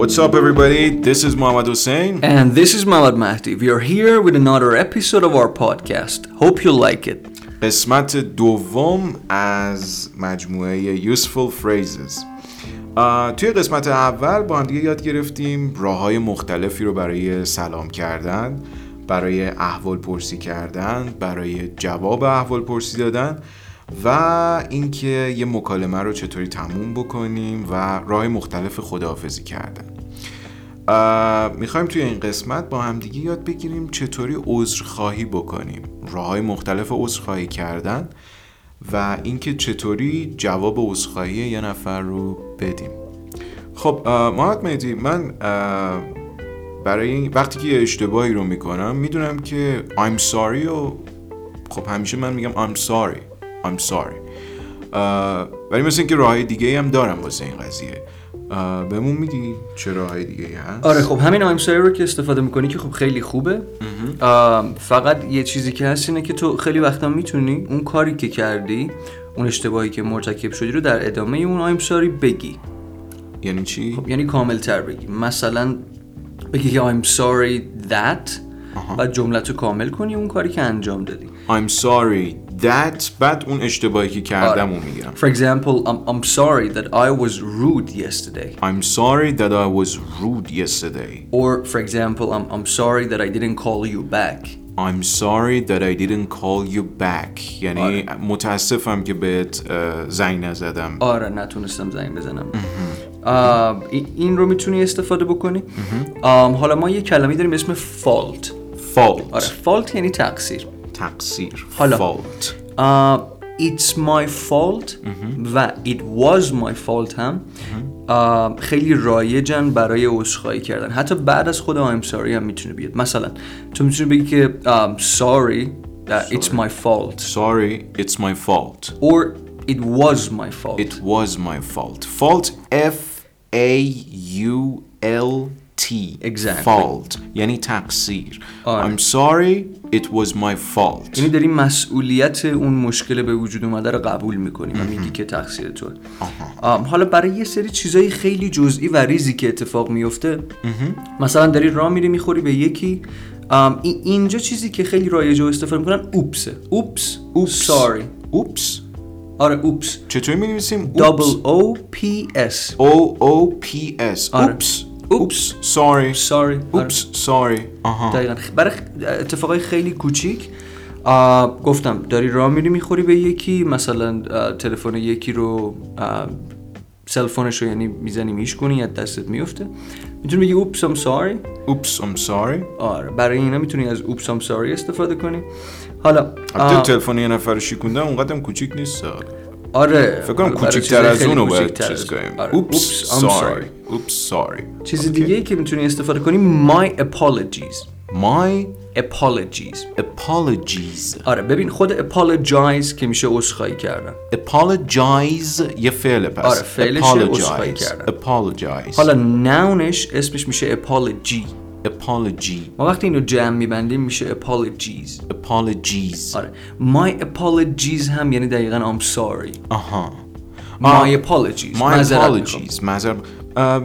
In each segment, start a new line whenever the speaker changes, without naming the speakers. What's up, everybody? This is Mohammad Hussein.
And this is Malad Mahdi. We are here with another episode of our podcast. Hope you like it.
قسمت دوم از مجموعه Useful Phrases آه، توی قسمت اول با هم دیگه یاد گرفتیم راه های مختلفی رو برای سلام کردن برای احوال پرسی کردن برای جواب احوال پرسی دادن و اینکه یه مکالمه رو چطوری تموم بکنیم و راه مختلف خداحافظی کردن میخوایم توی این قسمت با همدیگه یاد بگیریم چطوری عذرخواهی بکنیم راه های مختلف عذرخواهی کردن و اینکه چطوری جواب عذرخواهی یه نفر رو بدیم خب آه، محمد مهدی من آه، برای این وقتی که یه اشتباهی رو میکنم میدونم که I'm sorry و خب همیشه من میگم I'm sorry I'm sorry آه، ولی مثل اینکه راه دیگه هم دارم واسه این قضیه آه، بهمون میگی چه راه دیگه هست
آره خب همین آیم سری رو که استفاده میکنی که خب خیلی خوبه آم، فقط یه چیزی که هست اینه که تو خیلی وقتا میتونی اون کاری که کردی اون اشتباهی که مرتکب شدی رو در ادامه اون آیم ساری بگی
یعنی چی
خب، یعنی کامل تر بگی مثلا بگی که I'm sorry that و جملت رو کامل کنی اون کاری که انجام دادی
I'm sorry that بعد اون اشتباهی که کردم
آره.
اون میگم
For example, I'm, I'm sorry that I was rude yesterday.
I'm sorry that I was rude yesterday
Or, for example, I'm, I'm sorry that I didn't call you back.
I'm sorry that I didn't call you back یعنی
آره.
متاسفم که بهت اه، زنگ نزدم
آره نتونستم زنگ بزنم آه، ای- این رو میتونی استفاده بکنی آم، حالا ما یه کلمه داریم به اسم fault
fault
آره fault یعنی تقصیر
تقصیر
حالا.
fault
آه، it's my fault و it was my fault هم آه، خیلی رایجن برای عذرخواهی کردن حتی بعد از خود I'm sorry هم میتونه بیاد مثلا تو میتونی بگی که آم، sorry that it's my fault
sorry it's my fault
or it was my fault
it was my fault fault F A U L T
Exactly.
fault یعنی تقصیر
آره.
I'm sorry it was my fault
یعنی داری مسئولیت اون مشکل به وجود اومده رو قبول میکنی و میگی که تقصیر تو حالا برای یه سری چیزای خیلی جزئی و ریزی که اتفاق میفته مثلا داری راه میری میخوری به یکی آم، ای- اینجا چیزی که خیلی رایجه و استفاده میکنن اوپسه اوپس اوپس ساری
اوپس
آره اوپس
چطوری می نویسیم
دابل او پی اس
O O P S
آره.
اوپس
اوپس
ساری
ساری
اوپس ساری آها
دقیقا خ- برای خ- اتفاقای خیلی کوچیک آه، گفتم داری راه میری میخوری به یکی مثلا آه، تلفن یکی رو آه، سلفونش رو یعنی میزنی میشکنی یا دستت میفته میتونی بگی اوپس ام ساری
اوپس I'm sorry
آره برای اینا میتونی از اوپس ام ساری استفاده کنی حالا
البته
آه،
تلفن یه نفر رو شکوندن اونقدر هم کوچیک نیست آره.
آره
فکر کنم
برای
کوچیک‌تر
چیزای
از
خیلی
اونو باید
کوچیک‌تر
چیز
از-
کنیم
آره،
اوپس
I'm
ساری
sorry.
اوپس ساری
چیز دیگه که میتونی استفاده کنی my apologies
My
apologies
apologies
آره ببین خود apologize که میشه عذرخواهی کردن
apologize یه فعل پس
آره، فعلشه، عذرخواهی
apologize
کردن.
apologize
حالا نونش اسمش میشه apology
apology
ما وقتی اینو جمع میبندیم میشه apologies
apologies
آره my apologies هم یعنی دقیقا I'm sorry
آها
my apologies
My
معذرت میخوام.
apologies معذر اه،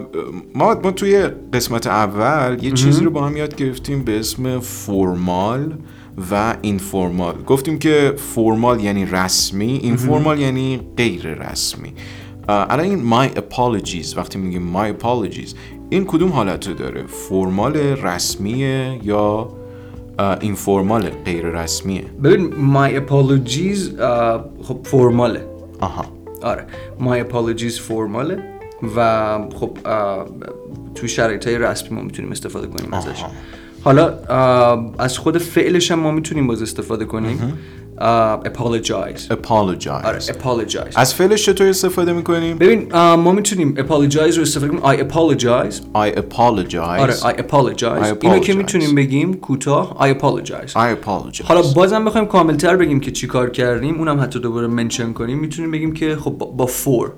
ما ما توی قسمت اول یه چیزی رو با هم یاد گرفتیم به اسم فرمال و اینفورمال گفتیم که فرمال یعنی رسمی اینفورمال یعنی غیر رسمی اه، الان این my apologies وقتی میگیم my apologies این کدوم حالت رو داره فرمال رسمیه یا اه، اینفورمال غیر رسمیه
ببین my apologies آه، خب فرماله
آها
آره my apologies فرماله و خب آه، توی شرایط های رسمی ما میتونیم استفاده کنیم ازش حالا آه، از خود فعلش هم ما میتونیم باز استفاده کنیم آه، apologize
apologize
آره apologize
از فعلش چطور استفاده میکنیم
ببین آه، ما میتونیم apologize رو استفاده کنیم I apologize
I apologize
آره I apologize
I
اینو که
apologize.
میتونیم بگیم کوتاه I apologize
I apologize.
حالا بازم بخوایم کاملتر بگیم که چی کار کردیم اونم حتی دوباره منشن کنیم میتونیم بگیم که خب با, با for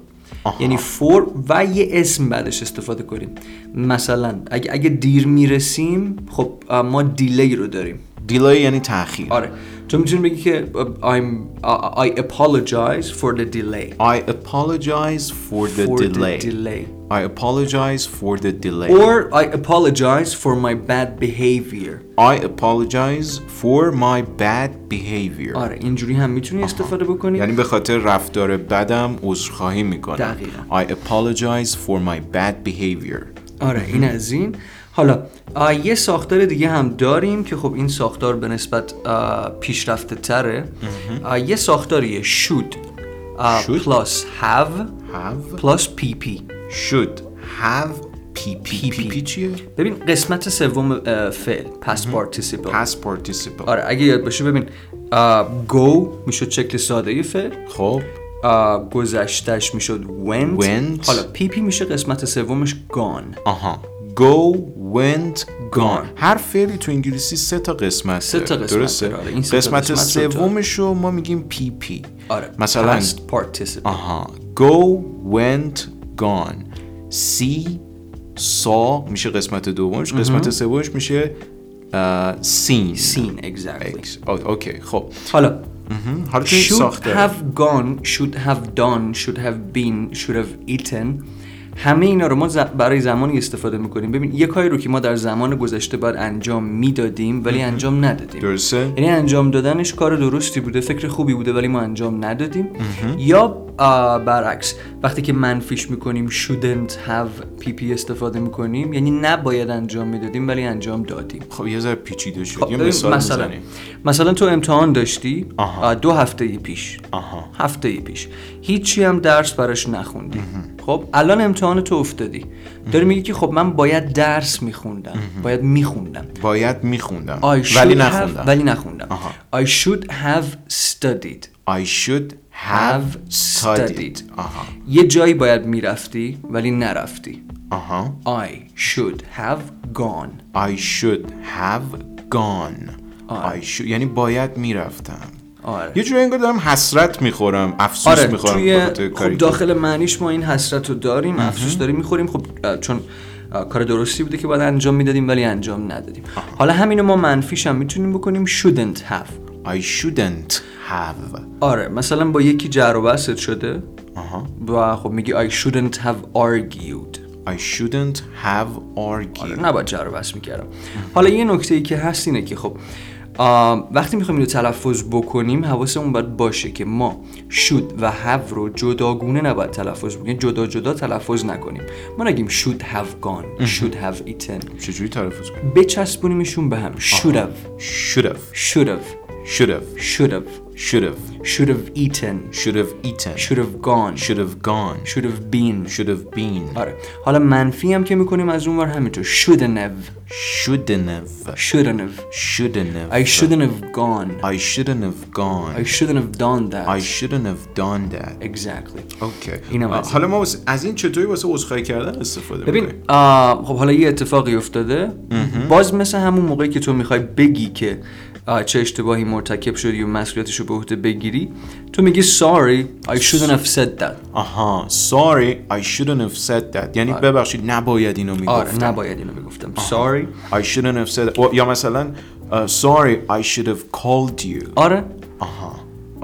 یعنی for و یه اسم بعدش استفاده کنیم مثلا اگه, اگه دیر میرسیم خب آه، ما دیلی رو داریم
دیلی یعنی تاخیر
آره تو میتونی بگی که I'm, I apologize for the delay
I apologize for the
for
delay.
the delay
I apologize for the delay.
Or I apologize for my bad behavior.
I apologize for my bad behavior.
آره اینجوری هم میتونی استفاده بکنی.
یعنی به خاطر رفتار بدم عذرخواهی میکنم.
دقیقاً.
I apologize for my bad behavior.
آره این از این. حالا آه، یه ساختار دیگه هم داریم که خب این ساختار به نسبت پیشرفته تره. آه، یه ساختاریه should, آه،
Should؟
plus have
Have
plus pp.
should have PP.
PP.
PP چیه؟
ببین قسمت سوم آه، فعل past participle.
Past participle.
آره اگه یاد باشه ببین آه، go میشه شکل ساده فعل
خب
آه، گذشتش میشد went.
Went.
حالا پی پی میشه قسمت سومش gone
آها go went gone
Gone.
هر فعلی تو انگلیسی سه تا قسمت
سه تا قسمت
درسته
داره. این سه تا
قسمت
قسمت رو تو-
سومش رو ما میگیم پی پی
آره
مثلا
past participle
آها go went gone see saw میشه قسمت دومش قسمت سومش میشه اه, seen
seen exactly
Ex- آه، اوکی خب
حالا
مهم. حالا تو این
should
ساخته
have gone should have done should have been should have eaten همه اینا رو ما ز- برای زمانی استفاده میکنیم ببین یه کاری رو که ما در زمان گذشته باید انجام میدادیم ولی انجام ندادیم
درسته
یعنی انجام دادنش کار درستی بوده فکر خوبی بوده ولی ما انجام ندادیم یا آه، برعکس وقتی که منفیش میکنیم shouldn't have PP استفاده میکنیم یعنی نباید انجام میدادیم ولی انجام دادیم
خب یه ذره پیچیده شد یه
ببین،
مثال
مثلا
بزنیم
مثلا تو امتحان داشتی
آها.
آه، دو هفته ای پیش
آها.
هفته ای پیش هیچی هم درس براش نخوندی خب الان امتحان تو افتادی داری میگی که خب من باید درس میخوندم باید میخوندم
باید میخوندم
I should
ولی
have-
نخوندم
ولی نخوندم
آها.
I should have studied
I should have
Have
studied Uh-huh.
studied.
آها
یه جایی باید میرفتی ولی نرفتی
آها
I should have gone
Uh-huh. I should have gone I should... یعنی باید میرفتم
آره.
یه جوری انگار دارم حسرت میخورم افسوس
آره
میخورم
توی خب داخل معنیش ما این حسرت رو داریم افسوس داریم میخوریم خب اه، چون اه، کار درستی بوده که باید انجام میدادیم ولی انجام ندادیم حالا همینو ما منفیش هم میتونیم بکنیم shouldn't have
I shouldn't have
آره مثلا با یکی جر و بحثت شده
آها.
و خب میگی I shouldn't have argued
I shouldn't have argued
نباید جر و بحث میکردم حالا یه نکته ای که هست اینه که خب آم، وقتی میخوایم اینو تلفظ بکنیم حواسمون باید باشه که ما شود و have رو جداگونه نباید تلفظ بکنیم جدا جدا تلفظ نکنیم ما نگیم should have gone should have eaten
چجوری تلفظ کنم
بچسبونیمشون به هم آره. should have
should have
should have
should have
should have
should have
should have eaten
should have eaten
should have gone
should have gone
should have been
should have been
آره حالا منفی هم که میکنیم از اون ور همینطور shouldn't have
shouldn't have
shouldn't have
shouldn't have
I shouldn't have gone
I shouldn't have
I
gone
shouldn't have done that.
I shouldn't have done that
Exactly.
اوکی
اینم
آه،
از این.
حالا ما واسه- از این چطوری واسه عذرخواهی کردن استفاده می‌کنیم؟
ببین آه، خب حالا یه اتفاقی افتاده باز مثل همون موقعی که تو میخوای بگی که آه، چه اشتباهی مرتکب شدی و مسئولیتش رو به عهده بگیری تو میگی sorry I shouldn't have said that
آها sorry I shouldn't have said that یعنی ببخشید نباید اینو
آره
میگفتم
نباید اینو میگفتم sorry
I shouldn't have said that. یا مثلا uh, sorry I should have called you
آره
آها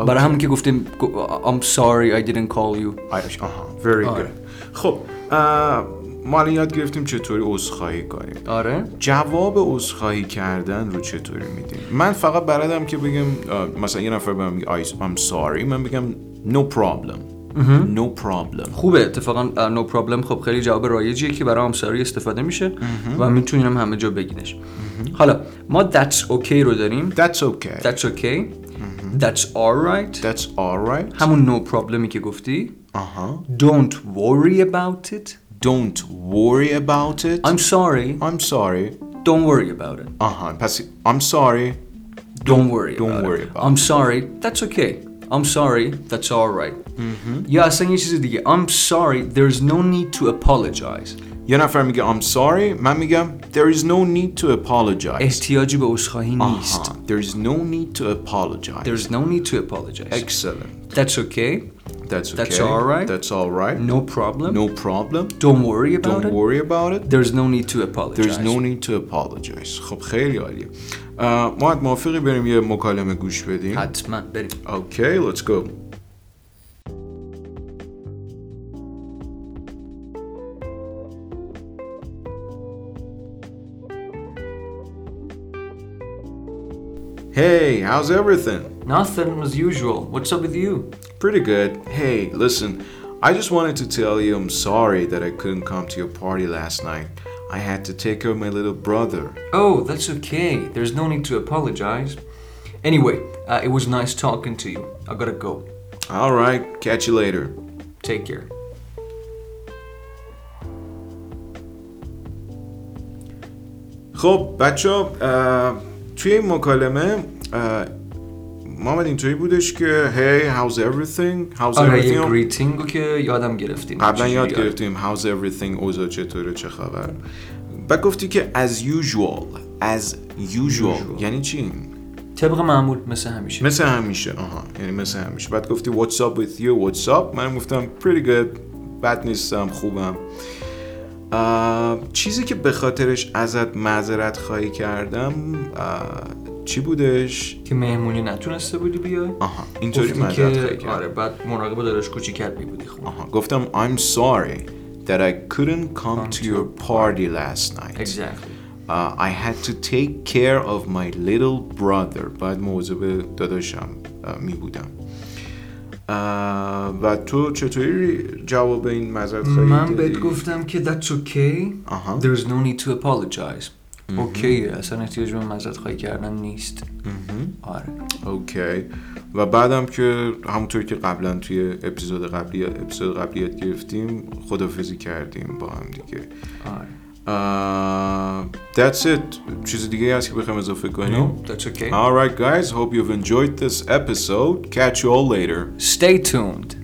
برای همون که گفتیم گو- I'm sorry I didn't call you
آیش آها very
آره.
good خب اه، ما الان یاد گرفتیم چطوری عذرخواهی کنیم
آره
جواب عذرخواهی کردن رو چطوری میدیم من فقط بلدم که بگم آه، مثلا یه نفر به من میگه I- I'm sorry من بگم no problem no problem
خوبه اتفاقا اه، نو پرابلم خب خیلی جواب رایجیه که برای همساری استفاده میشه و میتونیم هم همه جا بگیدش حالا ما that's okay رو داریم
That's okay
That's okay. That's alright.
Mm-hmm. That's alright
همون no problemی که گفتی.
آها
Don't worry about it.
"Uh-huh." Don't worry about it
I'm sorry.
I'm sorry
Don't worry about it.
آها پس I'm sorry
Don't worry
don't
about
worry
it.
about
I'm sorry. That's okay. I'm sorry. That's alright.
Mm-hmm.
یا اصلا یه چیز دیگه. I'm sorry. There's no need to apologize.
یه نفر میگه I'm sorry من میگم There is no need to apologize
احتیاجی به عذرخواهی نیست.
آها There is no need to apologize
There's no need to apologize.
Excellent
That's okay.
That's okay
That's alright.
That's alright
No problem.
No problem
Don't worry about
Don't
it.
worry about it
There's no need to apologize.
There's no need to apologize خب خیلی عالیه ما موافقی بریم یه مکالمه گوش بدیم
حتما بریم
Okay, let's go. Hey, how's everything?
Nothing as usual. What's up with you?
Pretty good. Hey, listen, I just wanted to tell you I'm sorry that I couldn't come to your party last night. I had to take care of my little brother.
Oh, that's okay. There's no need to apologize. Anyway, uh, it was nice talking to you. I gotta go.
Alright, catch you later.
Take care.
خب بچه توی این مکالمه اه، محمد اینطوری بودش که hey how's everything how's
آره یه
everything رو
گریتینگ رو که یادم گرفتیم
قبلا
چجوری
یاد
آره.
گرفتیم how's everything اوضاع چطوره چه خبر بعد گفتی که as usual as usual یعنی چی
طبق معمول مثل همیشه
مثل همیشه آها یعنی مثل همیشه بعد گفتی what's up with you what's up من گفتم pretty good بد نیستم خوبم اه، چیزی که به خاطرش ازت معذرت خواهی کردم اه، چی بودش
که مهمونی نتونسته بودی بیای
آها اینطوری
گفتی
مدد خواهی
که
کرد
آره بعد مراقب داداش کوچیکت میبودی خب
آها گفتم I'm sorry that I couldn't come to your party last night
Exactly.
Uh, I had to take care of my little brother باید مواظب داداشم uh, می بودم Uh, و تو چطوری جواب این مذرد خواهی
من
دادی؟
بهت گفتم که that's okay
آها.
there's no need to apologize اوکی اصلا احتیاج به مزد خواهی کردن نیست آره
اوکی و بعدم که همونطور که قبلا توی اپیزود قبلی اپیزود قبلی یاد گرفتیم خدافزی کردیم با هم دیگه
آره
Uh, that's it. چیز دیگه هست که بخوایم اضافه کنیم؟
no that's okay
Alright guys, hope you've enjoyed this episode. Catch you all later.
stay tuned